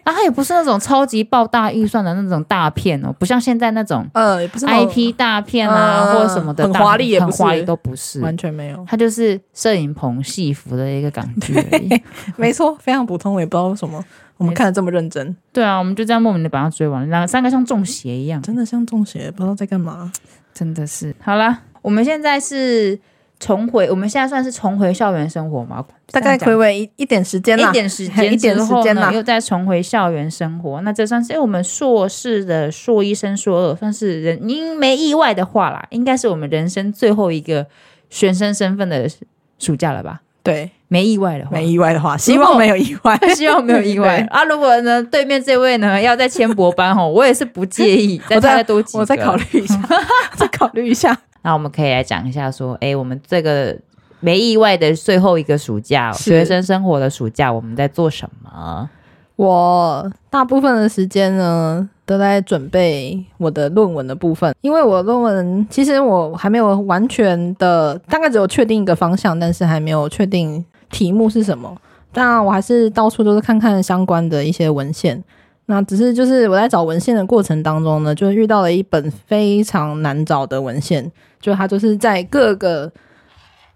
S2: 然后他也不是那种超级爆大预算的那种大片哦，不像现在那种
S1: 呃，也不是那种
S2: IP 大片啊
S1: 嗯
S2: 或者什么的
S1: 很
S2: 大，
S1: 华丽也
S2: 很
S1: 不是
S2: 华丽都不是，
S1: 完全没有，
S2: 它就是摄影棚戏服的一个港剧 而已。
S1: 没错，非常普通，我也不知道为什么我们看的这么认真，
S2: 对啊，我们就这样莫名的把它追完了，两三个像中邪一样，
S1: 真的像中邪，不知道在干嘛。
S2: 真的是。好啦，我们现在是重回，我们现在算是重回校园生活嘛？
S1: 大概
S2: 这
S1: 回
S2: 样
S1: 违一一点时间
S2: 讲
S1: 啦，
S2: 一点时
S1: 嘿
S2: 间，
S1: 一点时间啦
S2: 呢，，又再重回校园生活。那这算是哎我们硕士的硕一升硕二，算是人，因没意外的话啦，应该是我们人生最后一个学生身份的暑假了吧？
S1: 对，
S2: 没意外的话，
S1: 没意外的话，希望没有意外，
S2: 希望没有意外
S1: 对
S2: 啊。如果呢，对面这位呢要在千博班哦， 我也是不介意再
S1: 我再
S2: 再多几个。
S1: 我再考虑 一下，再考虑一下。
S2: 那我们可以来讲一下说，哎，我们这个没意外的最后一个暑假哦，
S1: 是
S2: 学生生活的暑假，我们在做什么？
S1: 我大部分的时间呢都在准备我的论文的部分，因为我论文其实我还没有完全的，大概只有确定一个方向，但是还没有确定题目是什么。当然，我还是到处都是看看相关的一些文献。那只是就是我在找文献的过程当中呢，就遇到了一本非常难找的文献，就它就是在各个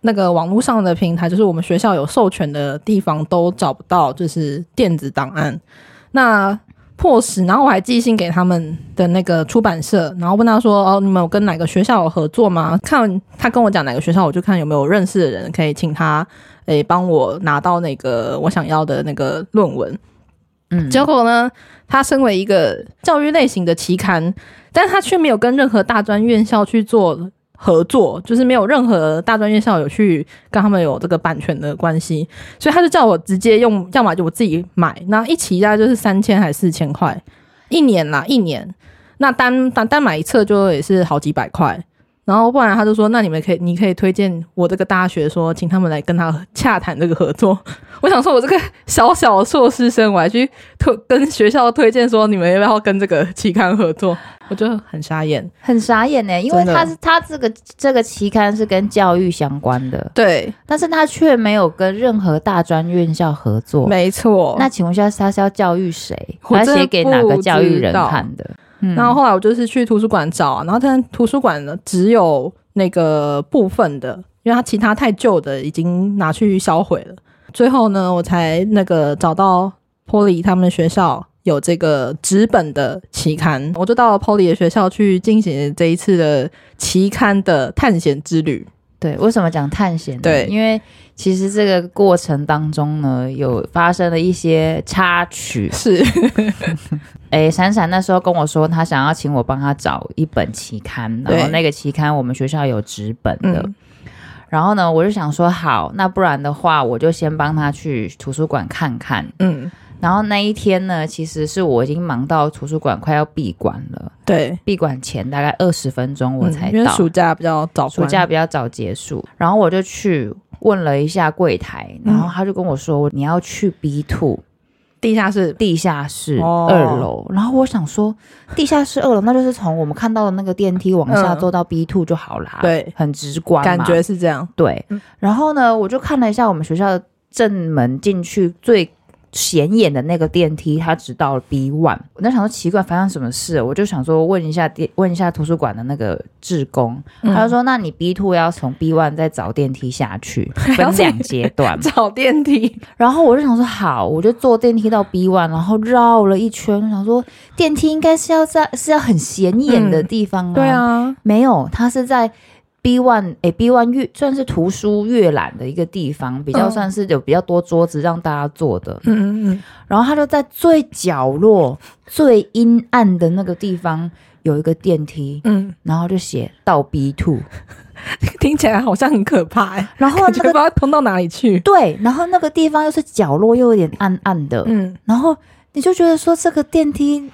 S1: 那个网络上的平台，就是我们学校有授权的地方都找不到，就是电子档案。那迫使，然后我还寄信给他们的那个出版社，然后问他说：“哦，你们有跟哪个学校有合作吗？”看他跟我讲哪个学校，我就看有没有认识的人可以请他，诶，帮我拿到那个我想要的那个论文。
S2: 嗯，
S1: 结果呢，他身为一个教育类型的期刊，但他却没有跟任何大专院校去做合作，就是没有任何大专院校有去跟他们有这个版权的关系，所以他就叫我直接用，要么就我自己买，那一期大概就是三千还是四千块，一年啦，一年，那单单单买一册就也是好几百块。然后不然他就说，那你们可以，你可以推荐我这个大学说，请他们来跟他洽谈这个合作。我想说，我这个小小硕士生，我还去推跟学校推荐说，你们要不要跟这个期刊合作？我就很傻眼。
S2: 很傻眼欸呢，因为
S1: 真的
S2: 他是他这个这个期刊是跟教育相关的，
S1: 对，
S2: 但是他却没有跟任何大专院校合作。
S1: 没错。
S2: 那请问一下，他是要教育谁？
S1: 我
S2: 他
S1: 真的
S2: 写给哪个
S1: 不
S2: 教育
S1: 知
S2: 人
S1: 道
S2: 看的？嗯
S1: 然后后来我就是去图书馆找、啊，然后但图书馆呢只有那个部分的，因为它其他太旧的已经拿去销毁了。最后呢，我才那个找到 Poly 他们学校有这个纸本的期刊，我就到了 Poly 的学校去进行这一次的期刊的探险之旅。
S2: 对，为什么讲探险呢？
S1: 对
S2: 因为其实这个过程当中呢，有发生了一些插曲。
S1: 是，
S2: 诶，闪闪那时候跟我说，他想要请我帮他找一本期刊，然后
S1: 对
S2: 那个期刊我们学校有纸本的。
S1: 嗯，
S2: 然后呢，我就想说，好，那不然的话，我就先帮他去图书馆看看。
S1: 嗯，
S2: 然后那一天呢，其实是我已经忙到图书馆快要闭馆了，
S1: 对，
S2: 闭馆前大概二十分钟我才
S1: 嗯因为
S2: 到，
S1: 暑假比较早
S2: 暑
S1: 关，
S2: 假比较早结束，然后我就去问了一下柜台，然
S1: 嗯
S2: 后他就跟我说你要去 B two
S1: 地下室
S2: 地下室
S1: 哦
S2: 二楼，然后我想说地下室二楼那就是从我们看到的那个电梯往下
S1: 嗯
S2: 坐到 B two 就好啦，
S1: 对，
S2: 很直观啊嘛，
S1: 感觉是这样，
S2: 对
S1: 嗯。
S2: 然后呢，我就看了一下我们学校的正门进去最。显眼的那个电梯，它只到 B one。我在想说奇怪，发生什么事了？我就想说问一下电，问一下图书馆的那个志工，
S1: 嗯
S2: 他就说：“那你 B two 要从 B one 再找电梯下 去，
S1: 要
S2: 分
S1: 再
S2: 两阶 段。
S1: 找电梯，”
S2: 然后我就想说：“好，我就坐电梯到 B one，然后绕了一圈，想说电梯应该是要在是要很显眼的
S1: 嗯
S2: 地方啊。
S1: 对，啊，
S2: 没有，它是在 B one 诶 B one 阅算是图书阅览的一个地方，比较
S1: 嗯
S2: 算是有比较多桌子让大家坐的。
S1: 嗯嗯嗯，
S2: 然后他就在最角落、最阴暗的那个地方有一个电梯，
S1: 嗯，
S2: 然后就写到 B two。
S1: 听起来好像很可怕哎、
S2: 然后
S1: 感觉不知
S2: 那个
S1: 道通到哪里去。
S2: 对，然后那个地方又是角落，又有点暗暗的，
S1: 嗯，
S2: 然后你就觉得说这个电梯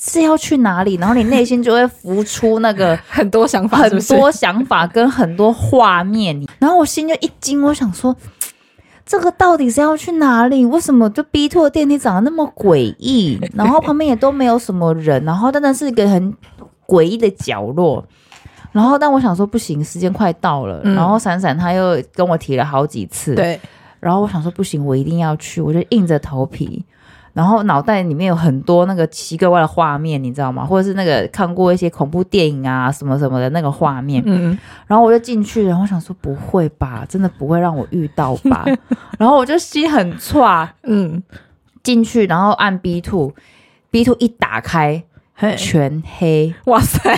S2: 是要去哪里，然后你内心就会浮出那 个
S1: 很多想法
S2: 很
S1: 啊是不是，
S2: 多想法跟很多画面，然后我心就一惊，我想说。这个到底是要去哪里？为什么就 B two 的电梯长得那么诡 异？然后旁边也都没有什么人，然后真的是一个很诡异的角落。然后，但我想说不行，时间快到了。
S1: 嗯
S2: 然后闪闪他又跟我提了好几次，
S1: 对，
S2: 然后我想说不行，我一定要去，我就硬着头皮。然后脑袋里面有很多那个奇怪的画面，你知道吗？或者是那个看过一些恐怖电影啊什么什么的那个画面。
S1: 嗯，
S2: 然后我就进去，然后我想说不会吧，真的不会让我遇到 吧？然后我就心很怵，
S1: 嗯，
S2: 进去然后按 B two，B two 一打开
S1: 嘿，
S2: 全黑，
S1: 哇塞，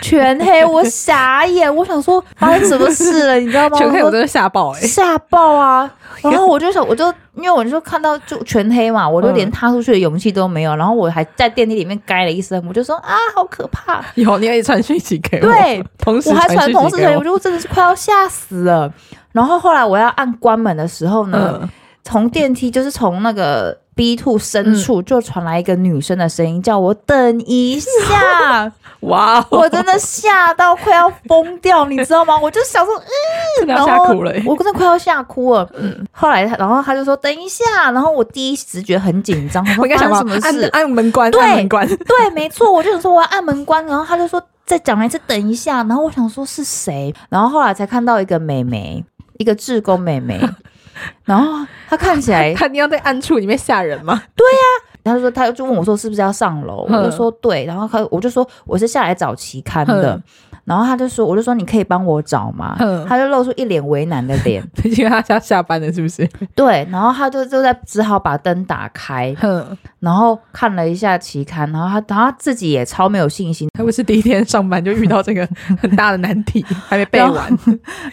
S2: 全黑，我傻眼，我想说发生什么事了，你知道 吗？
S1: 全黑
S2: 我
S1: 我
S2: 说
S1: 真的吓爆哎、
S2: 吓 爆啊！然后我就想，我就因为我就看到就全黑嘛，我就
S1: 嗯
S2: 连踏出去的勇气都没有。然后我还在电梯里面该了一声，我就说啊，好可怕！
S1: 有，你可以传讯息给我，
S2: 对，
S1: 同时
S2: 我还传
S1: 讯
S2: 同
S1: 息
S2: 事
S1: 给
S2: 群，
S1: 我
S2: 我，就真的是快要吓死了。然后后来我要按关门的时候呢，
S1: 嗯，
S2: 从电梯就是从那个 B two 深处
S1: 嗯
S2: 就传来一个女生的声音，叫我等一 下，
S1: 哇哦，
S2: 我真的吓到快要疯掉，你知道吗？我就想说，
S1: 真的
S2: 然
S1: 要吓
S2: 后
S1: 哭了、欸，嗯
S2: 我真的快要吓哭了。后来他，然后他就说等一下，然后我第一直觉很紧张，
S1: 我
S2: 我
S1: 应该
S2: 说
S1: 想
S2: 发
S1: 把
S2: 生什么
S1: 按
S2: 事？
S1: 按门关，
S2: 对
S1: 按门关，
S2: 对，没错，我就想说我要按门关，然后他就说再讲了一次等一下，然后我想说是谁，然后后来才看到一个美眉，一个志工 美眉，然后她看起来，
S1: 他一定要在暗处里面吓人吗？
S2: 她就说她就问我说是不是要上楼，
S1: 嗯
S2: 我就说对，然后她我就说我是下来找期刊的
S1: 嗯。
S2: 然后她就说，我就说你可以帮我找吗
S1: 嗯？
S2: 她就露出一脸为难的脸，
S1: 因为他要下班了，是不是？
S2: 对，然后他就就在只好把灯打开，
S1: 哼，
S2: 然后看了一下期刊，然后他他自己也超没有信心，
S1: 他不是第一天上班就遇到这个很大的难题，还没背完，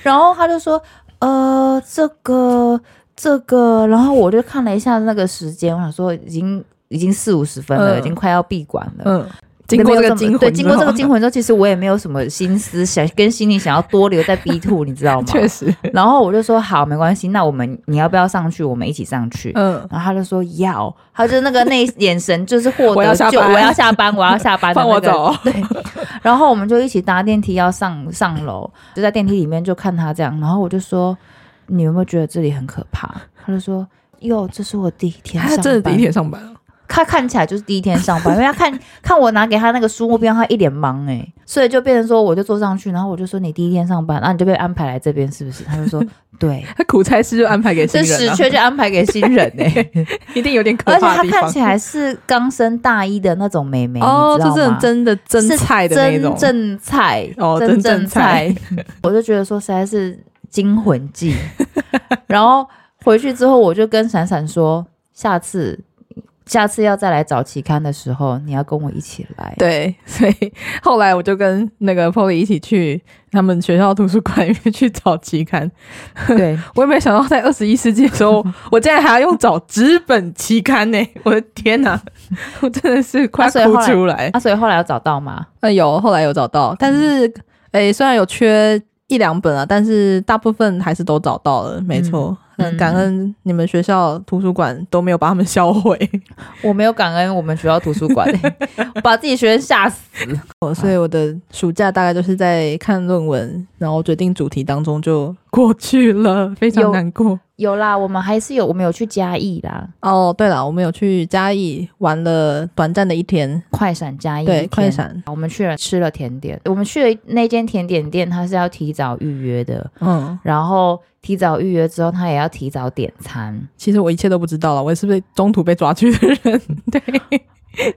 S2: 然后他就说，呃，这个这个，然后我就看了一下那个时间，我想说已经已经四五十分了，
S1: 嗯
S2: 已经快要闭馆了。
S1: 嗯，经过这个惊魂之后，
S2: 对，经过这个惊魂之后，其实我也没有什么心思想跟心里想要多留在 B two，你知道吗？
S1: 确实，
S2: 然后我就说好，没关系，那我们你要不要上去？我们一起上去。
S1: 嗯，
S2: 然后他就说要，他就那个 那眼神就是获
S1: 我要
S2: 得
S1: 下
S2: 就
S1: 班
S2: 我要下班，我要下班的
S1: 放
S2: 那
S1: 我
S2: 个。
S1: 走，
S2: 然后我们就一起搭电梯要上上楼，就在电梯里面就看他这样，然后我就说你有没有觉得这里很可怕？他就说哟，这是我第一天
S1: 他
S2: 上班，
S1: 真的第一天上班了，
S2: 他看起来就是第一天上班，因为他看看我拿给他那个书目标，他一脸懵哎、所以就变成说我就坐上去，然后我就说你第一天上班，那、啊你就被安排来这边是不是？他就说 对。
S1: 他苦差事就安排给新
S2: 这
S1: 人啊
S2: 死
S1: 了，
S2: 缺就安排给新人哎、
S1: 一定有点可
S2: 而且
S1: 怕
S2: 她
S1: 的地
S2: 看
S1: 方
S2: 起。来是刚升大一的那种妹妹，
S1: 哦，
S2: 你
S1: 这
S2: 知道
S1: 是
S2: 吗？
S1: 真的真
S2: 是
S1: 菜的那种
S2: 真，正菜
S1: 哦
S2: 真
S1: 真正菜
S2: 菜，我就觉得说实在是惊魂记。然后回去之后，我就跟闪闪说，下次下次要再来找期刊的时候，你要跟我一起来。
S1: 对，所以后来我就跟那个 Polly 一起去他们学校图书馆里面去找期刊，
S2: 对，
S1: 我也没想到，在二十一世纪的时 候，我竟然还要用找纸本期刊呢、我的天哪、我真的是快
S2: 啊所以
S1: 哭
S2: 后来
S1: 出来。
S2: 啊，所以后来有找到吗？
S1: 那、呃有后来有找到，但是诶、虽然有缺一两本啊，但是大部分还是都找到了，没错。很感恩你们学校图书馆都没有把他们 销毁，
S2: 我没有感恩我们学校图书馆、 我把自己学生吓死。
S1: 我所以我的暑假大概就是在看论文，然后决定主题当中就过去了，非常
S2: 有
S1: 难过。
S2: 有啦，我们还是有，我们有去嘉义啦，
S1: 哦，对了，我们有去嘉义玩了短暂的一天，
S2: 快闪嘉义，
S1: 对，快。闪，
S2: 我们去了吃了甜点，我们去了那间甜点店，它是要提早预约的，
S1: 嗯，
S2: 然后提早预约之后，它也要提早点餐。
S1: 其实我一切都不知道了，我是不是中途被抓去的人？对，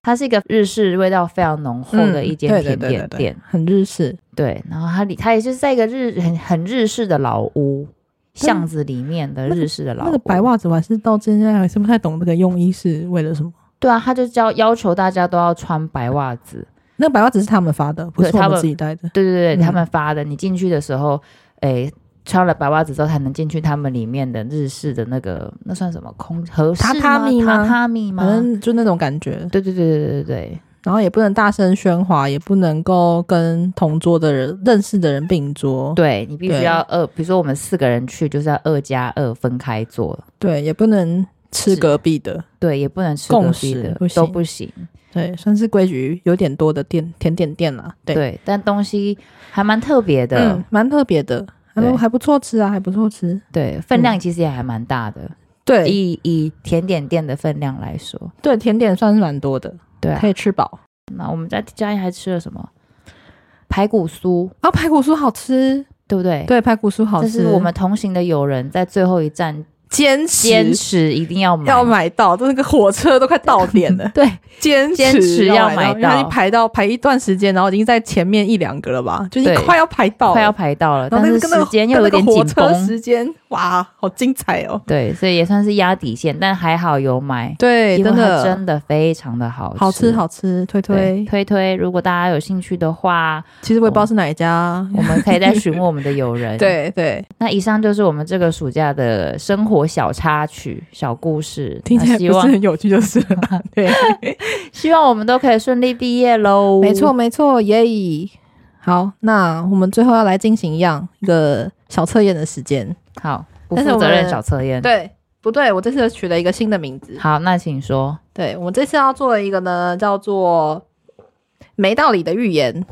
S2: 它是一个日式味道非常浓厚的一间
S1: 嗯对对
S2: 甜
S1: 对
S2: 点
S1: 对
S2: 店，
S1: 很日式，
S2: 对然后它里它也就是在一个日很很日式的老屋巷子里面的日式的老屋，
S1: 那个白袜子我还是到现在还是不太懂这个用意是为了什么。
S2: 对啊，它就叫要求大家都要穿白袜子，
S1: 那白袜子是他们发的，不是
S2: 对
S1: 我
S2: 他
S1: 们
S2: 们
S1: 自己带的。
S2: 对对对，
S1: 嗯
S2: 他们发的。你进去的时候，诶、穿了白袜子之后才能进去他们里面的日式的那个，那算什么空合适
S1: 榻榻米吗嗯
S2: 榻榻米吗
S1: 反？正就那种感觉，
S2: 对对对对对对
S1: 然后也不能大声喧哗，也不能够跟同桌的人、认识的人并桌，
S2: 对，你必须
S1: 对
S2: 要二，比如说我们四个人去，就是要二加二分开坐，
S1: 对，也不能吃
S2: 是
S1: 隔壁的，
S2: 对，也不能吃
S1: 共
S2: 隔壁
S1: 识
S2: 的
S1: 不
S2: 都
S1: 行
S2: 不行，
S1: 对，算是规矩有点多的店甜点店啦，对，
S2: 对，但东西还蛮特别的，
S1: 嗯，蛮特别的，还
S2: 对
S1: 不还不错吃啊，还不错吃，
S2: 对，分量其实也还蛮大的，
S1: 嗯对
S2: 以以甜点店的分量来说，
S1: 对，甜点算是蛮多的，
S2: 对啊
S1: 可以吃饱。
S2: 那我们在嘉义还吃了什么？排骨酥，
S1: 啊，排骨酥好吃，
S2: 对不对？
S1: 对，排骨酥好
S2: 这
S1: 吃，
S2: 是我们同行的友人在最后一站
S1: 坚
S2: 坚
S1: 持
S2: 持一定要买，。
S1: 要买到，这个火车都快到点 了
S2: 对
S1: 坚
S2: 坚持要买
S1: 因为他已
S2: 到
S1: 经排到排一段时间，然后已经在前面一两个了吧，就已经
S2: 对
S1: 快要排到了，
S2: 快要排到了，
S1: 然
S2: 但
S1: 后那
S2: 是
S1: 个跟那
S2: 时
S1: 个
S2: 间
S1: 跟
S2: 又
S1: 那
S2: 有
S1: 个
S2: 点
S1: 火
S2: 紧
S1: 车
S2: 绷，
S1: 时间，哇，好精彩哦！
S2: 对，所以也算是压底线，但还好有买，
S1: 对，
S2: 因为
S1: 真
S2: 它
S1: 的
S2: 真的非常的好吃，
S1: 好吃好吃，推
S2: 对
S1: 推。
S2: 推推，如果大家有兴趣的 话，
S1: 其实我也不知道是哪一家，
S2: 我们可以再询问我们的友人。，
S1: 对对，
S2: 那以上就是我们这个暑假的生活小插曲、小故事。
S1: 听起
S2: 那
S1: 来
S2: 希
S1: 不是
S2: 望
S1: 很有趣，就是了。对，
S2: 希望我们都可以顺利毕业喽。
S1: 没错，没错，耶！好，那我们最后要来进行一样一个小测验的时间。
S2: 好，不
S1: 但是
S2: 负
S1: 我
S2: 责任
S1: 们
S2: 小测验。
S1: 对，不对？我这次又取了一个新的名字，
S2: 好，那请说。
S1: 对，我们这次要做的一个呢，叫做“没道理的预言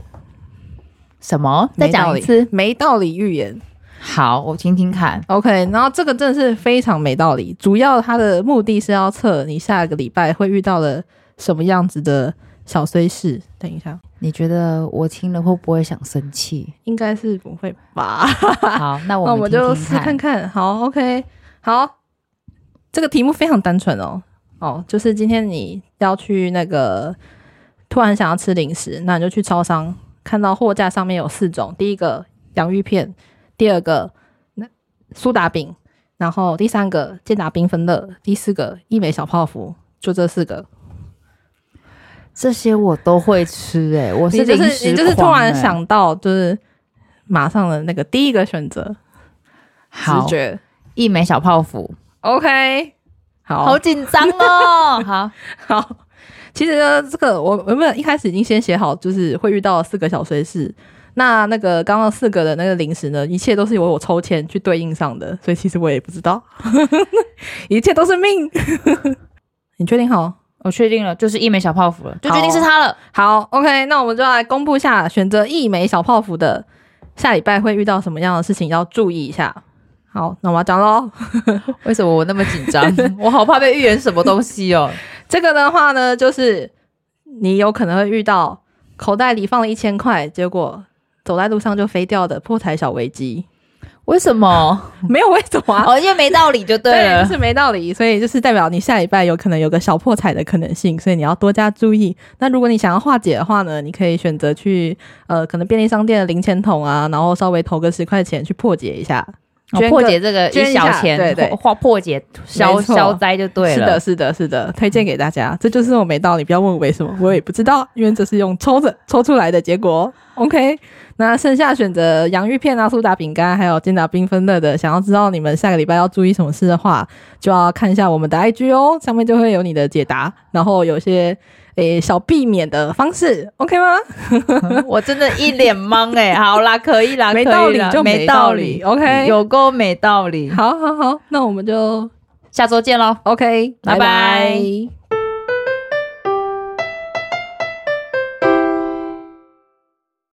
S2: 什么？再讲一次”，。
S1: 没道理预言。
S2: 好，我听听看。
S1: OK，然后这个真的是非常没道理，主要它的目的是要测你下个礼拜会遇到了什么样子的小虽事。等一下，？
S2: 你觉得我听了会不会想生 气
S1: 应该是不会吧？
S2: 好，那
S1: 那
S2: 哦我
S1: 我
S2: 们
S1: 们
S2: 听
S1: 就
S2: 听
S1: 试
S2: 看
S1: 看。看。好，OK，好，这个题目非常单纯哦。哦，就是今天你要去那个突然想要吃零食，那你就去超商，看到货架上面有四种：第一个洋芋片，第二个那苏打饼，然后第三个健达缤纷乐，第四个一美小泡芙，就这四个。
S2: 这些我都会吃、欸，哎，我是
S1: 你就
S2: 零食狂、
S1: 是你就是突然
S2: 欸
S1: 想到，就是马上的那个第一个选择，直
S2: 好，
S1: 觉。
S2: 一枚小泡芙，
S1: OK，好，
S2: 好紧张 哦。好，
S1: 好，其实呢，这个我我们一开始已经先写好，就是会遇到四个小碎事。那那个刚刚四个的那个零食呢，一切都是由我抽签去对应上的，所以其实我也不知道， 一切都是命。 你确定好？
S2: 我确定了，就是一枚小泡芙了，就决定是它了。
S1: 好，OK，那我们就来公布一下选择一枚小泡芙的下礼拜会遇到什么样的事情要注意一下。好，那我要讲喽。
S2: 为什么我那么紧 张？我好怕被预言什么东西哦。
S1: 这个的话呢，就是你有可能会遇到口袋里放了一千块，结果走在路上就飞掉的破财小危机。
S2: 为什么？
S1: 没有为什么啊、
S2: 哦，因为没道理就对了。
S1: 就是没道理，所以就是代表你下礼拜有可能有个小破财的可能性，所以你要多加注意。那如果你想要化解的话呢，你可以选择去呃，可能便利商店的零钱桶啊，然后稍微投个十块钱去破解一下。
S2: 哦
S1: 捐个
S2: 破解这个
S1: 捐
S2: 一
S1: 一下
S2: 小钱，
S1: 对对
S2: 化破解消
S1: 没错
S2: 消灾就对
S1: 是
S2: 了
S1: 的，。是的，是的，推荐给大家。这就是我没道理，不要问我为什么，我也不知道，因为这是用抽的抽出来的结果。OK，那剩下选择洋芋片啊、苏打饼干，还有煎打缤纷乐的，想要知道你们下个礼拜要注意什么事的话，就要看一下我们的 IG 哦，上面就会有你的解答。然后有些诶、小避免的方式，OK 吗？
S2: 我真的一脸懵哎、好啦，可以啦，
S1: 没
S2: 可以
S1: 道理
S2: 啦
S1: 就
S2: 没
S1: 没
S2: 道
S1: 道理，OK
S2: 有够没道理。
S1: 好好好，那我们就
S2: 下周见喽。
S1: OK，
S2: 拜拜
S1: 拜拜